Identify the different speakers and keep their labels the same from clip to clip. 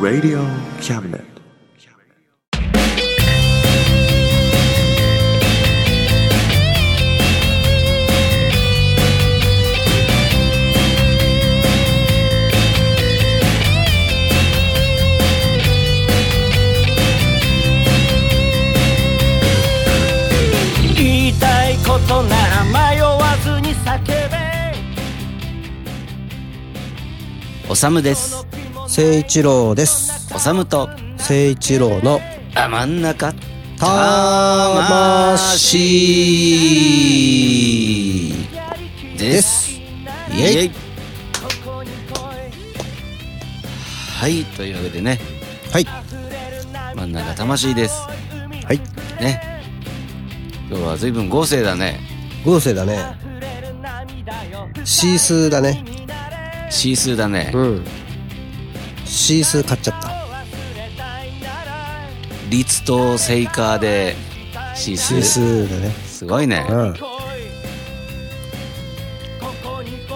Speaker 1: Radio Cabinet.
Speaker 2: 言いたいことなら迷わずに叫べおさむです
Speaker 3: 聖一郎です
Speaker 2: おさむと
Speaker 3: 聖一郎の
Speaker 2: あ真ん中
Speaker 3: 魂
Speaker 2: です
Speaker 3: イエイ
Speaker 2: はいというわけでね
Speaker 3: はい
Speaker 2: 真ん中魂です
Speaker 3: はい
Speaker 2: ね今日は随分豪勢だね
Speaker 3: 豪勢だねシースーだね
Speaker 2: シースーだね、
Speaker 3: んシースー買っちゃった
Speaker 2: リツとセイカーでシース
Speaker 3: シ
Speaker 2: ー
Speaker 3: ースーだね
Speaker 2: すごいね、
Speaker 3: うん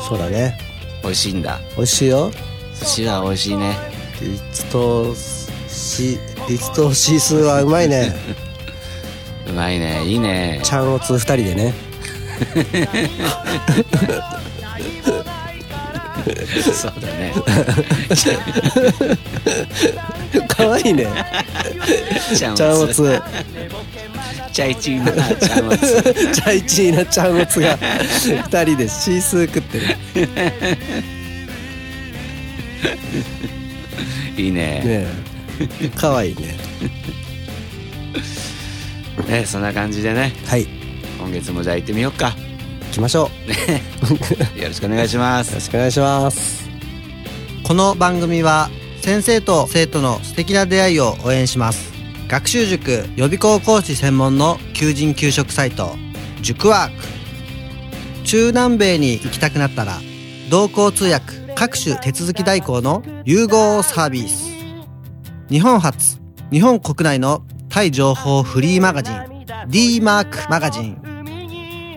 Speaker 3: そうだね
Speaker 2: 美味しいんだ
Speaker 3: 美味しいよ
Speaker 2: 寿司は美味しいね
Speaker 3: リツとシリツとシースーはうまい ね
Speaker 2: うまいねいいね
Speaker 3: ちゃんおつ二人でね
Speaker 2: そうだ ね
Speaker 3: かわいい ね
Speaker 2: ちゃん
Speaker 3: ちゃんお
Speaker 2: おつ
Speaker 3: つ
Speaker 2: ちゃいちいなちゃんお つ
Speaker 3: チャイチーなちゃんおつが二人でシースー食ってる
Speaker 2: いいね
Speaker 3: ね えかわいいね
Speaker 2: ねそんな感じでね
Speaker 3: はい
Speaker 2: 今月もじゃあ行ってみようか
Speaker 3: 行きましょう
Speaker 2: ねよろしくお願いしま
Speaker 3: よろ
Speaker 2: す
Speaker 3: しくお願いします
Speaker 4: この番組は先生と生徒の素敵な出会いを応援します学習塾予備校講師専門の求人・求職サイト塾ワーク中南米に行きたくなったら同行通訳各種手続き代行の融合サービス日本初日本国内のタイ情報フリーマガジン d マークマガジン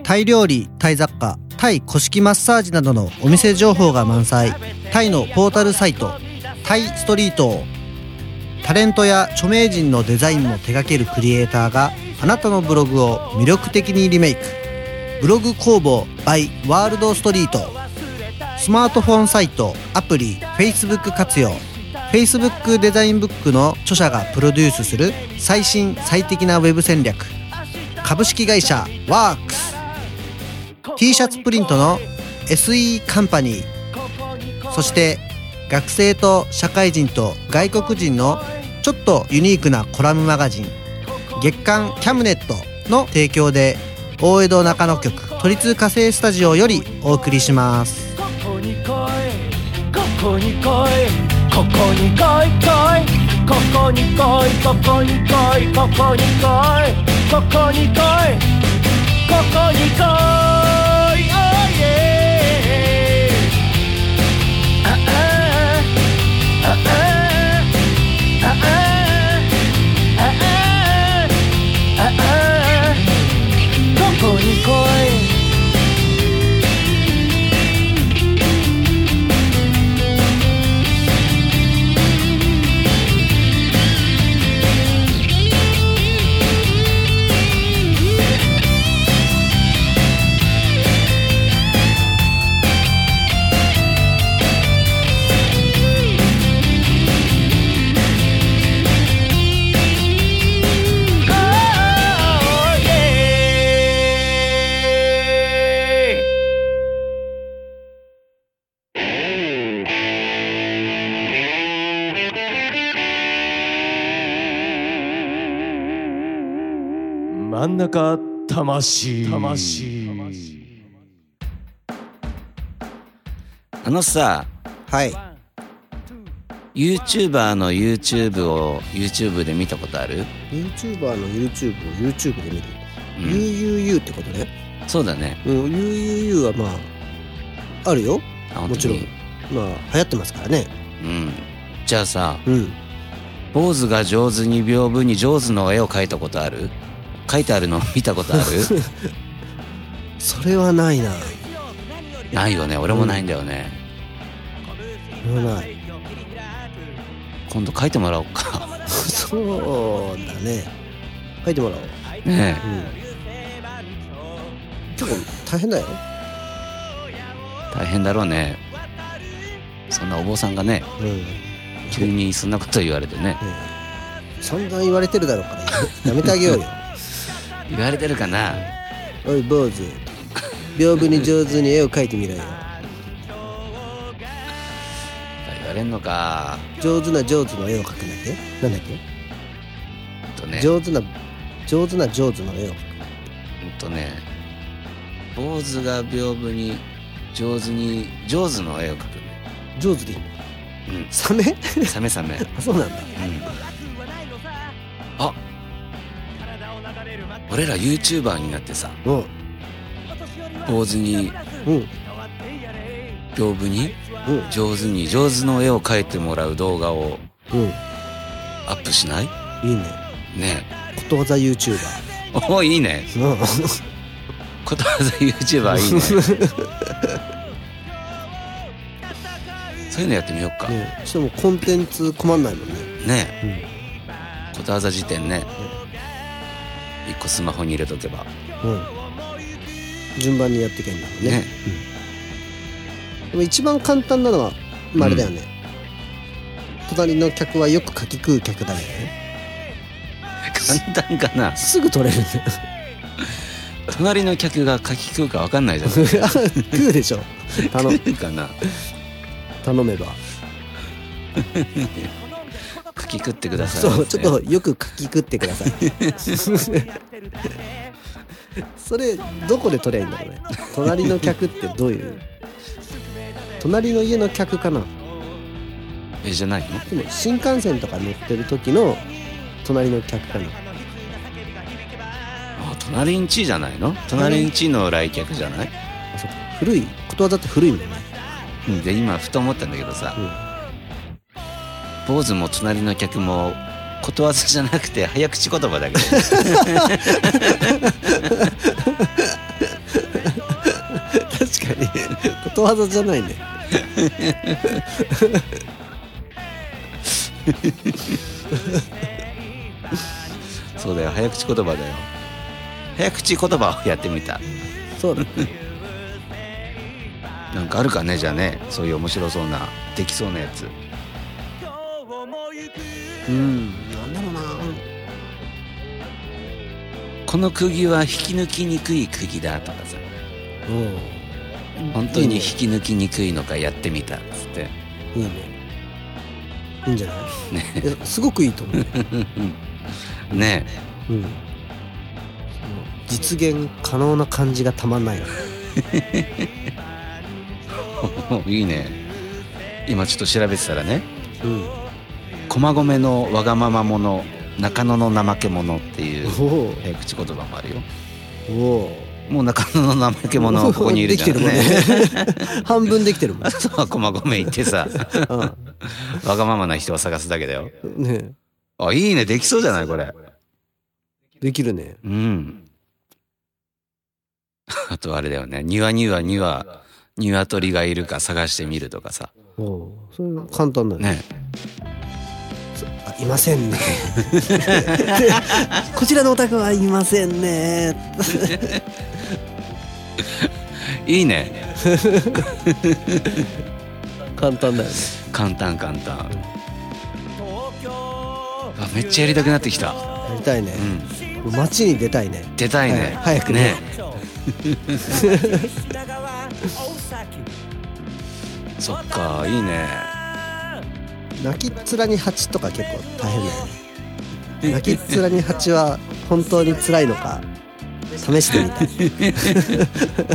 Speaker 4: タイ料理タイ雑貨タイ古式マッサージなどのお店情報が満載タイのポータルサイトタイストリートをタレントや著名人のデザインも手掛けるクリエイターがあなたのブログを魅力的にリメイクブログ工房 by ワールドストリートスマートフォンサイトアプリ Facebook 活用 Facebook デザインブックの著者がプロデュースする最新最適なウェブ戦略株式会社ワークス T シャツプリントの SE カンパニーそして学生と社会人と外国人のちょっとユニークなコラムマガジン月刊キャムネットの提供で大江戸中野局都立火星スタジオよりお送りします
Speaker 2: ここに来いここに来いここに来い来いここに来いここに来いここに来いここに来いここに来い Oh yeah ああああああああああここに来い
Speaker 5: 真ん中魂魂
Speaker 2: あのさ
Speaker 3: はい
Speaker 2: YouTuber の YouTube を YouTube で見たことある
Speaker 3: YouTuber の YouTube を YouTube で見る、
Speaker 2: う
Speaker 3: うん UUU ってことね、
Speaker 2: そうだね
Speaker 3: うん、UUU はまああるよ
Speaker 2: あ
Speaker 3: もちろんまあ流行ってますからね
Speaker 2: 本当にうんじゃあさ
Speaker 3: うん
Speaker 2: 坊主が上手に屏風に上手の絵を描いたことある描いて あるの見たことある
Speaker 3: それはないな
Speaker 2: ないよね俺もないんだよね、
Speaker 4: 言わない
Speaker 2: 今度書いてもらおうか
Speaker 4: そうだね書いてもらおう、う
Speaker 2: ねえ
Speaker 4: ん、結構大変だよ
Speaker 2: 大変だろうねそんなお坊さんがね
Speaker 4: うん、ね
Speaker 2: 急にそんなこと言われてね
Speaker 4: 散々言われてるだろうからやめてあげようよ
Speaker 2: 言われてるかな
Speaker 4: おい坊主屏風に上手に絵を描いてみろよ
Speaker 2: 言われんのか
Speaker 4: 上手な上手の絵を描くんだっけなんだっけ
Speaker 2: ほんとね
Speaker 4: 上手な上手な上手の絵を描
Speaker 2: ほ
Speaker 4: く
Speaker 2: んとね坊主が屏風に上手に上手の絵を描く
Speaker 4: 上手でいいの
Speaker 2: うん
Speaker 4: サメ
Speaker 2: サメサメ、うん、
Speaker 4: あそうなんだ
Speaker 2: あ俺ら YouTuber になってさ
Speaker 4: うん
Speaker 2: 坊主に
Speaker 4: うん
Speaker 2: 屏風に
Speaker 4: うん
Speaker 2: 上手に上手の絵を描いてもらう動画を
Speaker 4: うん
Speaker 2: アップしない
Speaker 4: いいね
Speaker 2: ね
Speaker 4: ことわざ YouTuber
Speaker 2: おおいいね
Speaker 4: うん
Speaker 2: ことわざ YouTuber いい ねそういうのやってみようかね
Speaker 4: ねしかもコンテンツ困んないもんね
Speaker 2: ことわざ辞典ね一個スマホに入れとけば
Speaker 4: うん順番にやっていけんだもんね
Speaker 2: ね
Speaker 4: でも一番簡単なのは、まあ、あれだよね、隣の客はよくかき食う客だよね
Speaker 2: 簡単かな
Speaker 4: すぐ取れるんだよ
Speaker 2: 隣の客が書き食うか分かんないじゃん
Speaker 4: 食うでしょ 頼む
Speaker 2: 食うかな
Speaker 4: 頼めば
Speaker 2: 書き食ってください
Speaker 4: そうちょっとよくかき食ってください それどこで取ればいいんだろうね隣の客ってどういう隣の家の客かな
Speaker 2: えじゃないの
Speaker 4: でも新幹線とか乗ってる時の隣の客かな
Speaker 2: あ隣んちじゃないの隣んちの来客じゃない
Speaker 4: あそうか古いことわざって古いもんね
Speaker 2: うんで今ふと思ったんだけどさ、坊主も隣の客もことわざじゃなくて早口言葉だけど
Speaker 4: 確かにことわざじゃないね
Speaker 2: そうだよ早口言葉だよ早口言葉をやってみた
Speaker 4: そうだね
Speaker 2: なんかあるかねじゃあねそういう面白そうなできそうなやつ
Speaker 4: うんなんだろうな
Speaker 2: この釘は引き抜きにくい釘だとかさ
Speaker 4: うん
Speaker 2: 本当に引き抜きにくいのかやってみたっつって
Speaker 4: いいねいいんじゃない、いやすごくいいと思うよ、
Speaker 2: ね
Speaker 4: うん、実現可能な感じがたまんないよね
Speaker 2: えいいね今ちょっと調べてたらね
Speaker 4: うん
Speaker 2: 駒込のわがまま者中野の怠け者って いう
Speaker 4: おお
Speaker 2: 早口言葉もあるよ
Speaker 4: おお
Speaker 2: もう中野の怠け者はここにいる
Speaker 4: で
Speaker 2: じ
Speaker 4: き
Speaker 2: ゃ
Speaker 4: て
Speaker 2: ん
Speaker 4: るもんね 半分できてるもん
Speaker 2: あとは駒込行ってさ わがままな人を探すだけだよ
Speaker 4: うんね
Speaker 2: あいいねできそうじゃないこれ
Speaker 4: できるね
Speaker 2: うん あとあれだよね庭には庭鶏がいるか探してみるとかさ
Speaker 4: おおそれ簡単だね
Speaker 2: ね
Speaker 4: あいませんねこちらのお宅はいませんね
Speaker 2: いいね
Speaker 4: 簡単だよね
Speaker 2: 簡単簡単あめっちゃやりたくなってきた
Speaker 4: やりたいね
Speaker 2: う、ん
Speaker 4: もう街に出たいね
Speaker 2: 出たいね、
Speaker 4: はい早くね
Speaker 2: ね そっかいいね
Speaker 4: 泣きっ面に蜂とか結構大変だよね泣きっ面に蜂は本当に辛いのか試してみた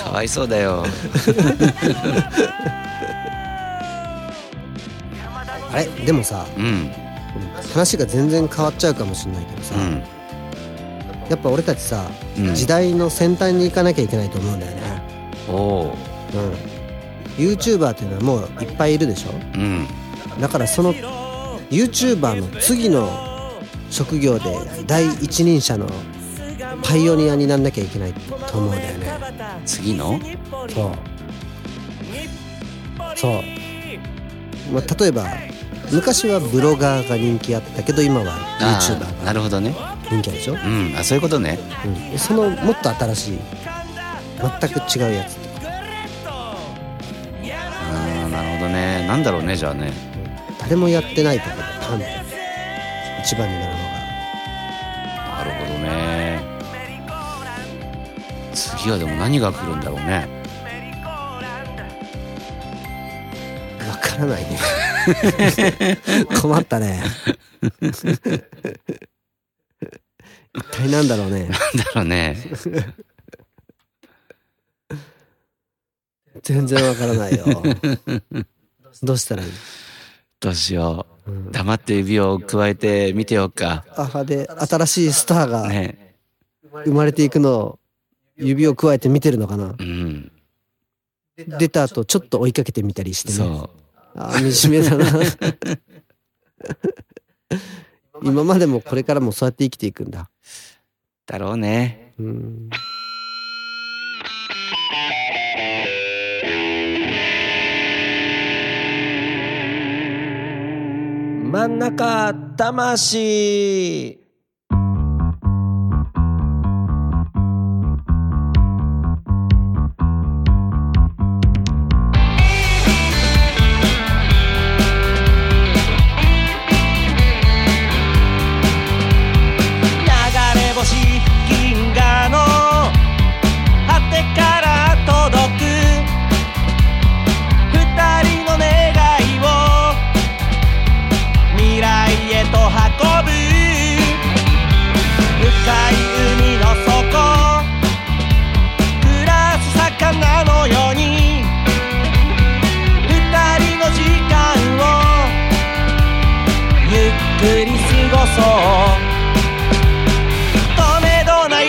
Speaker 4: い
Speaker 2: かわいそうだよ
Speaker 4: あれでもさ
Speaker 2: うん
Speaker 4: 話が全然変わっちゃうかもしれないけどさ、
Speaker 2: うん
Speaker 4: やっぱ俺たちさ、
Speaker 2: うん
Speaker 4: 時代の先端に行かなきゃいけないと思うんだよね
Speaker 2: おお
Speaker 4: うん YouTuber っていうのはもういっぱいいるでしょ
Speaker 2: うん
Speaker 4: だからその YouTuber の次の職業で第一人者のパイオニアになんなきゃいけないと思うんだよね
Speaker 2: 次の
Speaker 4: そうそう、まあ、例えば昔はブロガーが人気あったけど今は
Speaker 2: あ
Speaker 4: YouTuber
Speaker 2: ー
Speaker 4: が
Speaker 2: なるほどね
Speaker 4: 人気あるでしょ、
Speaker 2: うんあそういうことね
Speaker 4: うん、そのもっと新しい全く違うやつ
Speaker 2: あーなるほどねなんだろうねじゃあね
Speaker 4: 誰もやってないところでパンと一番になるの
Speaker 2: なるほどね次はでも何が来るんだろうね
Speaker 4: がわからないね 困ったね一体なんだろう
Speaker 2: な
Speaker 4: ね
Speaker 2: んだろうね
Speaker 4: 全然わからないよどうしたらいい、
Speaker 2: どうしよう
Speaker 4: うん、
Speaker 2: 黙って指を加えて見てよっか
Speaker 4: あで新しいスターが
Speaker 2: ね
Speaker 4: 生まれていくのを指をくわえて見てるのかな
Speaker 2: うん
Speaker 4: 出た後ちょっと追いかけてみたりしてね
Speaker 2: そ
Speaker 4: あー惨めだな 今までもこれからもそうやって生きていくんだ
Speaker 2: うだろうね
Speaker 4: うん
Speaker 3: 真ん中魂流れ星銀河の果てから届く二人の願いを未来へと運ぶ深い海の底暮らす魚のように二人の時間をゆっくり過ごそうとめどない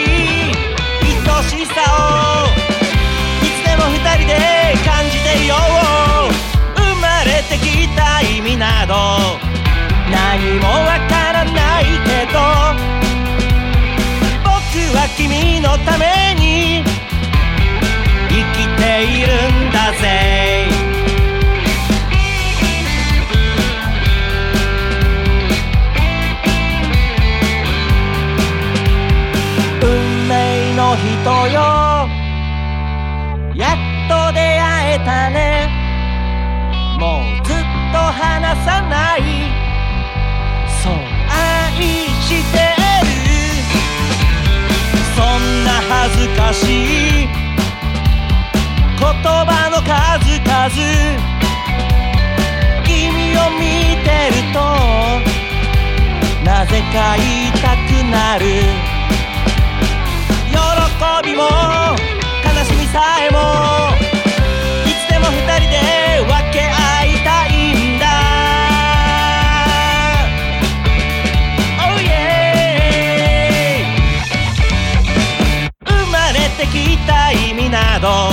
Speaker 3: 愛しさをいつでも二人で感じていよう生まれてきた意味など何もわからないけど僕は君のために生きているんだぜ運命の人よやっと出会えたねもうずっと離さないそう愛してるそんな恥ずかしい言葉の数々君を見てるとなぜか言いたくなる喜びも悲しみさえもいつでも二人で分け合いたいんだ Oh yeah 生まれてきた意味など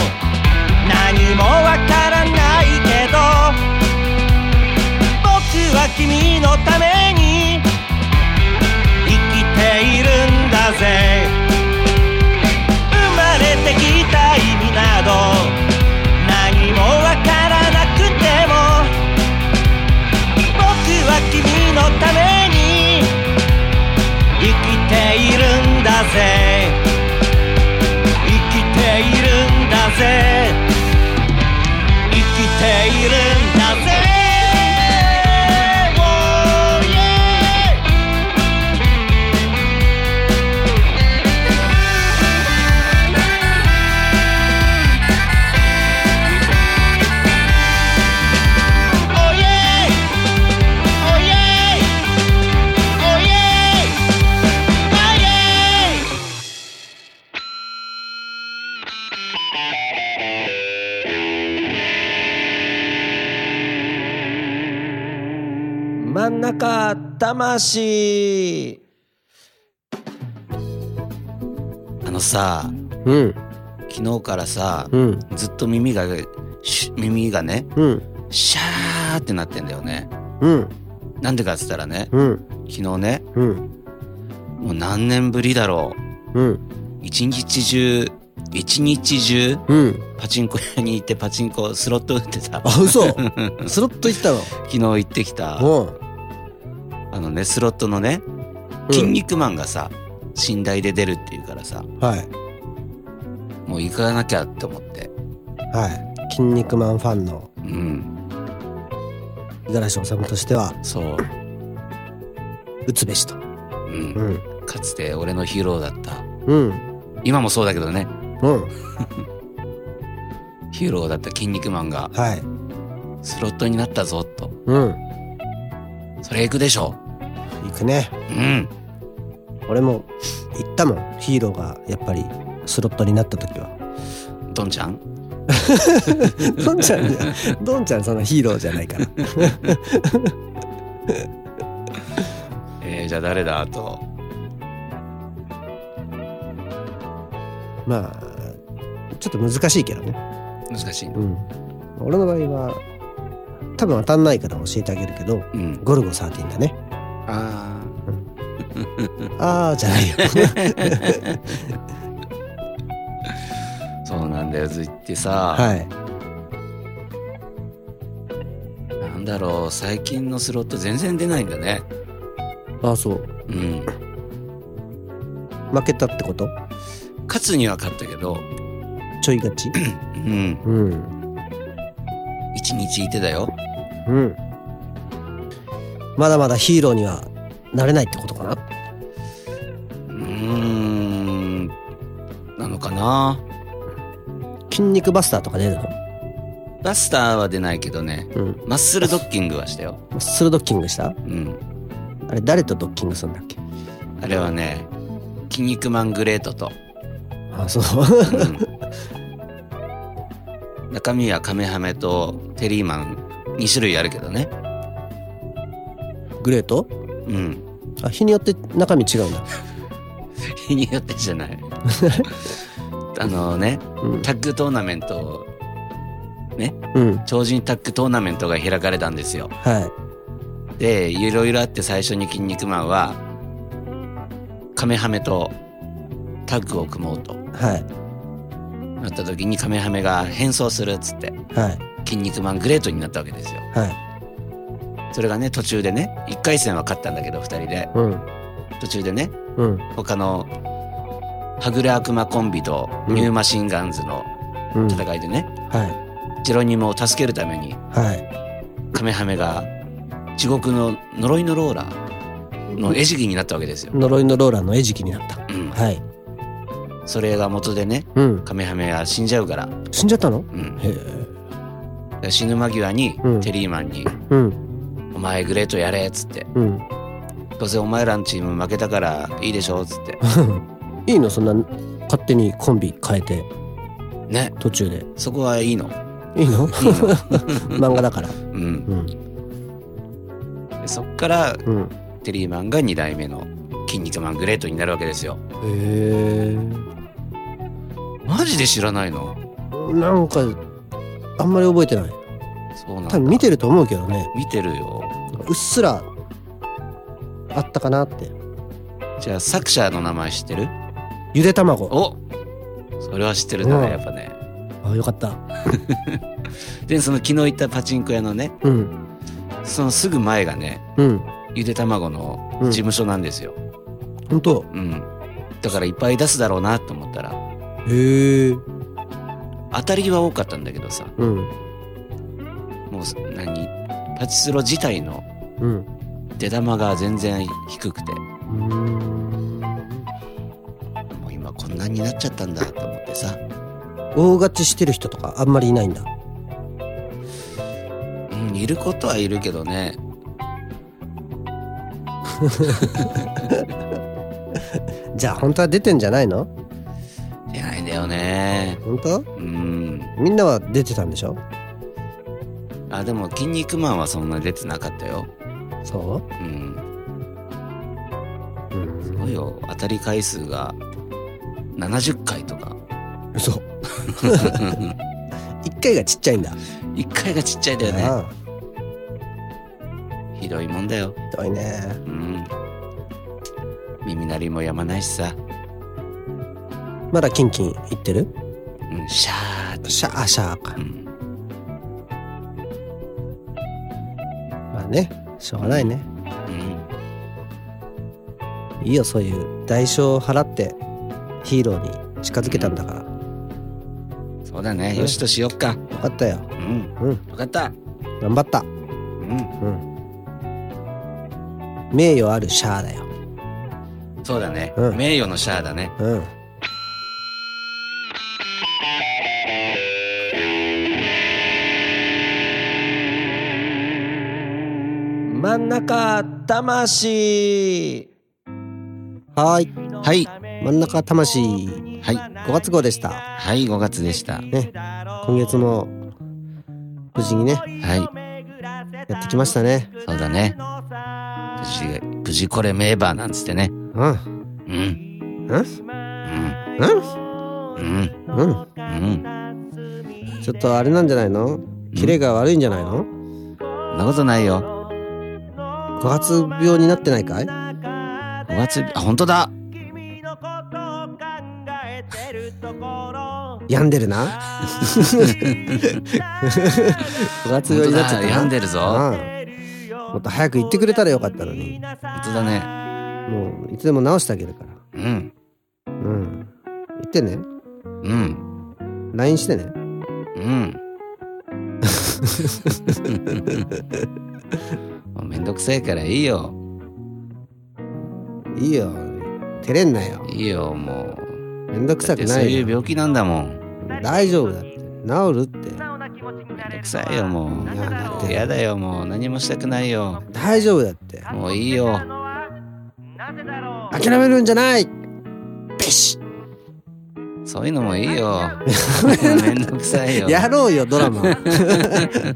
Speaker 3: 何もわからないけど僕は君のために生きているんだぜ生まれてきた意味など何もわからなくても僕は君のために生きているんだぜ生きているんだぜ生きているんだぜ Oh, yeah. おいえいおいえいおいえい Oh, おいえい真ん中魂
Speaker 2: あのさ
Speaker 4: うん
Speaker 2: 昨日からさ
Speaker 4: うん
Speaker 2: ずっと耳がシュ耳がね
Speaker 4: うん
Speaker 2: シャーってなってんだよね
Speaker 5: 嗯
Speaker 4: うん
Speaker 2: なんでかっつったらね
Speaker 4: うん
Speaker 2: 昨日ね
Speaker 4: うん
Speaker 2: もう何年ぶりだろ
Speaker 4: うん
Speaker 2: う一日中一日中
Speaker 4: うん。
Speaker 2: パチンコ屋に行ってパチンコスロット打ってた
Speaker 4: あ、 嘘スロット行ったの
Speaker 2: 昨日行ってきた
Speaker 4: うん。
Speaker 2: あのねスロットのね「
Speaker 4: うん
Speaker 2: 筋肉マン」がさ寝台で出るっていうからさ
Speaker 4: はい。
Speaker 2: もう行かなきゃって思って
Speaker 4: はい。筋肉マンファンの
Speaker 2: うん
Speaker 4: 五十嵐治としては、
Speaker 2: そう、
Speaker 4: 打つべしと。
Speaker 2: うん
Speaker 4: う、ん。
Speaker 2: かつて俺のヒーローだった
Speaker 4: うん。
Speaker 2: 今もそうだけどね
Speaker 4: うん。
Speaker 2: ヒーローだった筋肉マンが
Speaker 4: はい。
Speaker 2: スロットになったぞと
Speaker 4: うん。
Speaker 2: それ行くでしょ
Speaker 4: 行くね。
Speaker 2: うん
Speaker 4: 俺も行ったもん。ヒーローがやっぱりスロットになった時は。
Speaker 2: どんちゃん
Speaker 4: どんちゃんじゃ、 どんちゃんそのヒーローじゃないから。
Speaker 2: えー、じゃあ誰だと
Speaker 4: まあ、ちょっと難しいけどね。
Speaker 2: 難しいね
Speaker 4: うん。俺の場合は、多分当たんないから教えてあげるけど、
Speaker 2: うん
Speaker 4: ゴルゴ13だね。
Speaker 2: あ
Speaker 4: あーじゃ ないよ。
Speaker 2: あそうなんだよずいってさ、
Speaker 4: はい。
Speaker 2: なんだろう最近のスロット全然出ないんだね
Speaker 4: あそう。
Speaker 2: うん
Speaker 4: 負けたってこと
Speaker 2: 勝つには勝ったけど
Speaker 4: ちょい勝ち
Speaker 2: うん
Speaker 4: うん。
Speaker 2: 一日いてだよ
Speaker 4: うん。まだまだヒーローにはなれないってことかな
Speaker 2: うーんなのかな
Speaker 4: 筋肉バスターとか出るの
Speaker 2: バスターは出ないけどね
Speaker 4: うん。
Speaker 2: マッスルドッキングはしたよ
Speaker 4: スルドッキングした
Speaker 2: うん
Speaker 4: あれ誰とドッキングするんだっけ
Speaker 2: あれはね筋肉マングレートと、
Speaker 4: あそう。
Speaker 2: うん、中身はカメハメとテリーマン2種類あるけどね
Speaker 4: グレート
Speaker 2: うん
Speaker 4: あ、日によって中身違うんだ。
Speaker 2: 日によってじゃない あのね
Speaker 4: うん。
Speaker 2: タッグトーナメント
Speaker 4: うん。
Speaker 2: 超人タッグトーナメントが開かれたんですよ
Speaker 4: はい。
Speaker 2: でいろいろあって最初に「筋肉マン」はカメハメとタッグを組もうと
Speaker 4: はい。
Speaker 2: なった時にカメハメが変装するっつって
Speaker 4: はい。
Speaker 2: 「筋肉マングレート」になったわけですよ
Speaker 4: はい。
Speaker 2: それがね途中でね1回戦は勝ったんだけど2人で
Speaker 4: うん。
Speaker 2: 途中でね
Speaker 4: うん。
Speaker 2: 他のはぐれ悪魔コンビとニューマシンガンズの
Speaker 4: うん。
Speaker 2: 戦いでね、
Speaker 4: はい。
Speaker 2: ジェロニモを助けるために
Speaker 4: はい。
Speaker 2: カメハメが地獄の呪いのローラーの餌食になったわけですよ、
Speaker 4: 呪いのローラーの餌食になった。
Speaker 2: うん、
Speaker 4: はい。
Speaker 2: それが元でね
Speaker 4: うん。
Speaker 2: カメハメは死んじゃうから、
Speaker 4: 死んじゃったの
Speaker 2: うん、だか
Speaker 4: へえ。
Speaker 2: ら死ぬ間際に
Speaker 4: うん
Speaker 2: テリーマンに
Speaker 4: うん。
Speaker 2: 「お前グレートやれ」っつって
Speaker 4: うん。
Speaker 2: 「どうせお前らのチーム負けたからいいでしょ」っつって
Speaker 4: いいのそんな勝手にコンビ変えて
Speaker 2: ね
Speaker 4: 途中で
Speaker 2: そこはいいの
Speaker 4: いいの
Speaker 2: いいの、
Speaker 4: 漫画だから
Speaker 2: うん、
Speaker 4: うん
Speaker 2: でそっから
Speaker 4: うん
Speaker 2: テリーマンが2代目の「筋肉マングレート」になるわけですよ
Speaker 4: へ
Speaker 2: マジで知らないの
Speaker 4: えなんかあんまり覚えてない
Speaker 2: そうなんだ
Speaker 4: 多分見てると思うけどね
Speaker 2: 見てるよ
Speaker 4: うっすらあったかなって
Speaker 2: じゃあ作者の名前知ってる
Speaker 4: ゆで卵
Speaker 2: おそれは知ってるんだ
Speaker 4: うん
Speaker 2: ねやっぱね
Speaker 4: あよかった
Speaker 2: でその昨日行ったパチンコ屋のね
Speaker 4: うん
Speaker 2: そのすぐ前がね
Speaker 4: うん
Speaker 2: ゆで卵の事務所なんですよ、
Speaker 4: ほんと
Speaker 2: うん、だからいっぱい出すだろうなと思ったら
Speaker 4: へえ
Speaker 2: 当たりは多かったんだけどさ
Speaker 4: うん
Speaker 2: もうす何パチスロ自体の
Speaker 4: うん
Speaker 2: 出玉が全然低くて
Speaker 4: うーん
Speaker 2: もう今こんなになっちゃったんだと思ってさ、
Speaker 4: 大勝ちしてる人とかあんまりいないんだ
Speaker 2: うん、いることはいるけどね
Speaker 4: じゃあ本当は出てんじゃないの
Speaker 2: 出ないんだよね
Speaker 4: 本当
Speaker 2: うん
Speaker 4: みんなは出てたんでしょ
Speaker 2: あでも「筋肉マン」はそんな出てなかったよ
Speaker 4: そ
Speaker 2: うん
Speaker 4: ううん
Speaker 2: すごいよ当たり回数が70回とか
Speaker 4: 嘘一回がちっちゃいんだ。
Speaker 2: 1回がちっちゃいだよね
Speaker 4: あ
Speaker 2: ひどいもんだよ
Speaker 4: あひどいね。
Speaker 2: うん耳鳴りもやまないしさ
Speaker 4: まだキンキン行ってる？
Speaker 2: うん、シャーって、
Speaker 4: シャーシャーか
Speaker 2: う。ん、
Speaker 4: まあね、しょうがないね。
Speaker 2: うん
Speaker 4: いいよ、そういう代償を払ってヒーローに近づけたんだから。
Speaker 2: そうだねよしとしよっか
Speaker 4: 分かったよ。
Speaker 2: うん
Speaker 4: うん、
Speaker 2: 分かった
Speaker 4: 頑張った。
Speaker 2: うん
Speaker 4: うん。名誉あるシャーだよ。
Speaker 2: そうだね、
Speaker 4: うん
Speaker 2: 名誉のシャアだね
Speaker 4: うん。
Speaker 3: 真ん中魂
Speaker 4: はーい。
Speaker 2: はい
Speaker 4: 真ん中魂。
Speaker 2: はい
Speaker 4: 5月号でした。
Speaker 2: はい5月でしたはい
Speaker 4: ね。今月も無事にね、やってきましたね。
Speaker 2: そうだね無事無事これ名馬なんつってね
Speaker 4: うん。
Speaker 2: うん
Speaker 4: うん
Speaker 2: うん
Speaker 4: う
Speaker 2: うん
Speaker 4: んうん。
Speaker 2: うん
Speaker 4: ちょっとあれなんじゃないのキレが悪いんじゃないの
Speaker 2: そんなことないよ
Speaker 4: ?5 月病になってないかい
Speaker 2: 5月あ本当だ
Speaker 4: 病んでるな。5月
Speaker 2: 本当
Speaker 4: 病になっち
Speaker 2: だ
Speaker 4: ゃったな。
Speaker 2: 病んでるぞ本
Speaker 4: うんもっと早く言ってくれたらよかったのに。
Speaker 2: 当だね
Speaker 4: もういつでも直してあげるから。
Speaker 2: うん
Speaker 4: うん。言ってね。
Speaker 2: うん
Speaker 4: LINE してね。
Speaker 2: うんもうめんどくせえからいいよ
Speaker 4: いいよ。照れんなよ。
Speaker 2: いいよもう
Speaker 4: めんどく
Speaker 2: だっ
Speaker 4: さく
Speaker 2: てそう
Speaker 4: ない
Speaker 2: いう
Speaker 4: よ。
Speaker 2: 病気なんだもん
Speaker 4: 大丈夫だって。治るって。
Speaker 2: めんどくさいよも
Speaker 4: いやだっ
Speaker 2: う
Speaker 4: て
Speaker 2: やだよもう何もしたくないよ
Speaker 4: 大丈夫だって。
Speaker 2: もういいよ
Speaker 4: 諦めるんじゃないペシ
Speaker 2: そういうのもいい よめんどくさいよ
Speaker 4: やろうよ、ドラ マ。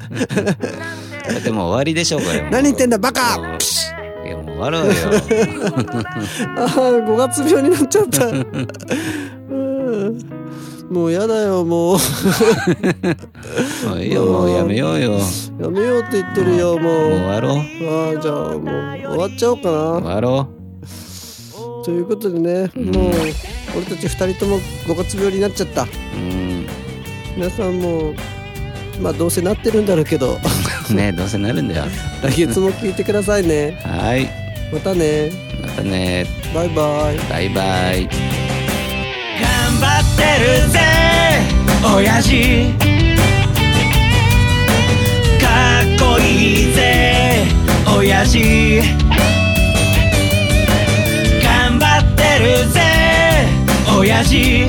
Speaker 2: だってもう終わりでしょこれもう
Speaker 4: 何言ってんだ、バカ
Speaker 2: もう
Speaker 4: あ
Speaker 2: いやもう終わろうよ
Speaker 4: あー、5月病になっちゃ った。うんもうやだよ、もう。
Speaker 2: もういいよもうやめようよもう
Speaker 4: やめようって言ってるよ、もう。
Speaker 2: 終わろう
Speaker 4: ああ、じゃあもう終わっちゃおうか
Speaker 2: 終
Speaker 4: な。
Speaker 2: わろ
Speaker 4: ということでね、もう俺たち2人とも5月病になっちゃった。
Speaker 2: ううん
Speaker 4: 皆さんも、まあどうせなってるんだろうけど、
Speaker 2: ねどうせなるんだよ
Speaker 4: 来月も聞いてくださいね。
Speaker 2: はい
Speaker 4: またね。
Speaker 2: またね
Speaker 4: バイバイ。
Speaker 2: バイバイ
Speaker 3: 頑張ってるぜ親父かっこいいぜ親父頑張ってるぜ親父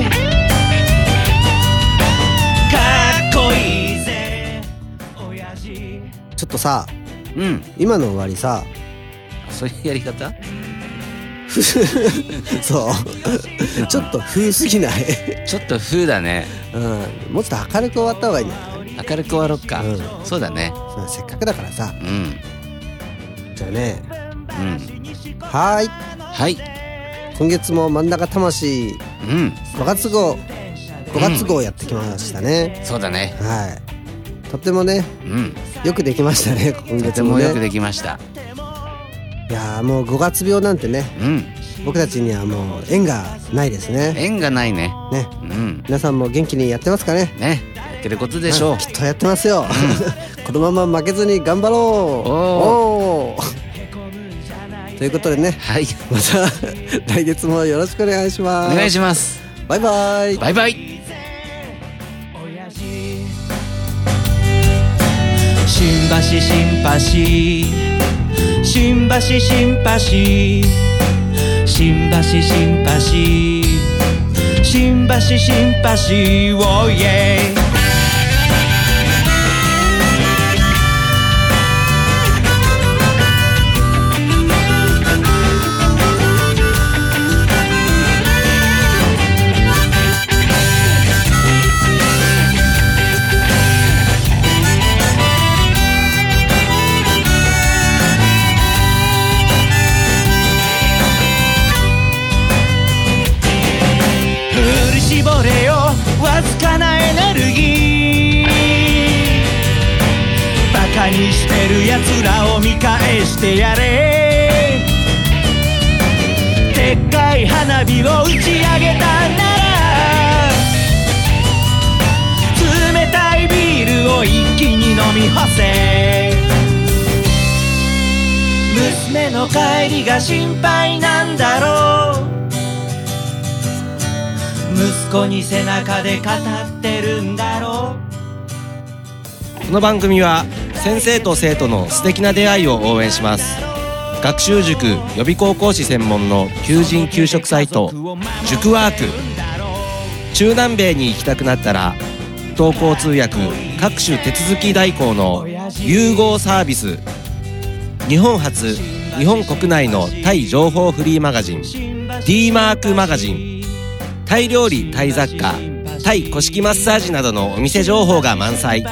Speaker 3: かっこいいぜ親父
Speaker 4: ちょっとさ、
Speaker 2: うん
Speaker 4: 今の終わりさ、
Speaker 2: そういうやり方
Speaker 4: そう。ちょっと風すぎない。
Speaker 2: ちょっと風だね
Speaker 4: うん。もっと明るく終わった方がいいんじゃない
Speaker 2: 明るく終わろっか、
Speaker 4: う
Speaker 2: そうだね
Speaker 4: そうせっかくだからさ。
Speaker 2: うんうん
Speaker 4: じゃあね。はー
Speaker 2: はい
Speaker 4: い。今月も真ん中魂
Speaker 2: うん
Speaker 4: 5月号5月号やってきましたね、
Speaker 2: そうだね
Speaker 4: はいとてもね
Speaker 2: うん
Speaker 4: よくできましたね
Speaker 2: と
Speaker 4: 今
Speaker 2: て
Speaker 4: 月
Speaker 2: も
Speaker 4: も
Speaker 2: よく
Speaker 4: ね
Speaker 2: できました
Speaker 4: いやーもう5月病なんてね
Speaker 2: うん
Speaker 4: 僕たちにはもう縁がないですね
Speaker 2: 縁がないね
Speaker 4: ね
Speaker 2: うん
Speaker 4: 皆さんも元気にやってますかね
Speaker 2: ねやってることでしょう
Speaker 4: きっとやってますよ このまま負けずに頑張ろうおおーということでね
Speaker 2: はい
Speaker 4: また 来月もよろしくお願いし
Speaker 2: お
Speaker 4: ます
Speaker 2: 願いします
Speaker 4: バイバイ
Speaker 2: バイバイ
Speaker 3: 親父新橋新橋新橋新橋新橋新橋新橋新橋おいえ振り絞れよわずかなエネルギーバカにしてるやつらを見返してやれでっかい花火を打ち上げたならの帰りが心配なんだろう息子に背中で語ってるんだろう
Speaker 5: この番組は先生と生徒の素敵な出会いを応援します学習塾予備高校師専門の求人・給食サイト塾ワーク中南米に行きたくなったら同行通訳各種手続き代行の融合サービス日本初日本国内のタイ情報フリーマガジン d マークマガジンタイ料理タイ雑貨タイ古式マッサージなどのお店情報が満載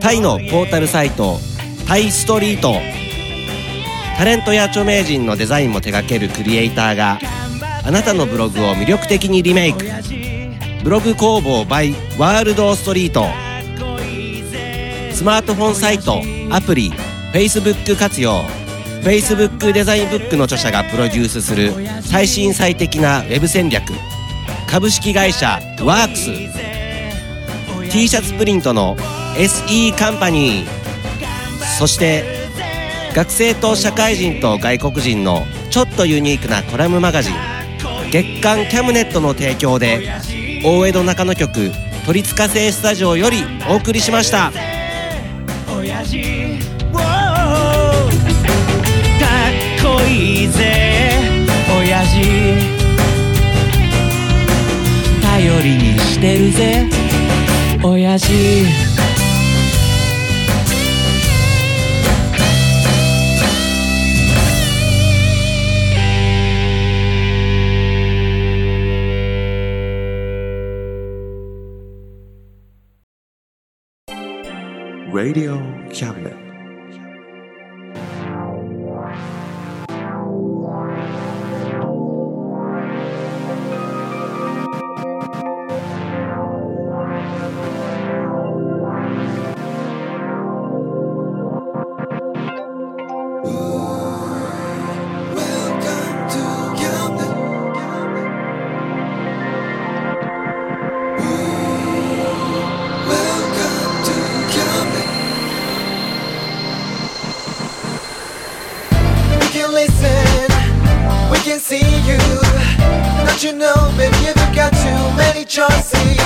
Speaker 5: タイのポータルサイトタイストリートタレントや著名人のデザインも手掛けるクリエイターがあなたのブログを魅力的にリメイクブログ工房 by ワールドストリートスマートフォンサイトアプリ Facebook 活用 Facebook デザインブックの著者がプロデュースする最新最適なウェブ戦略株式会社ワークス t シャツプリントの SE カンパニーそして学生と社会人と外国人のちょっとユニークなコラムマガジン月刊キャムネットの提供で大江戸中野局「鳥塚製スタジオ」よりお送りしました。
Speaker 3: 親父 Wow かっこいいぜ親父頼りにしてるぜ親父
Speaker 1: Radio Cabinet.
Speaker 6: We can listen, we can see you. Don't you know, baby, you've got too many choices.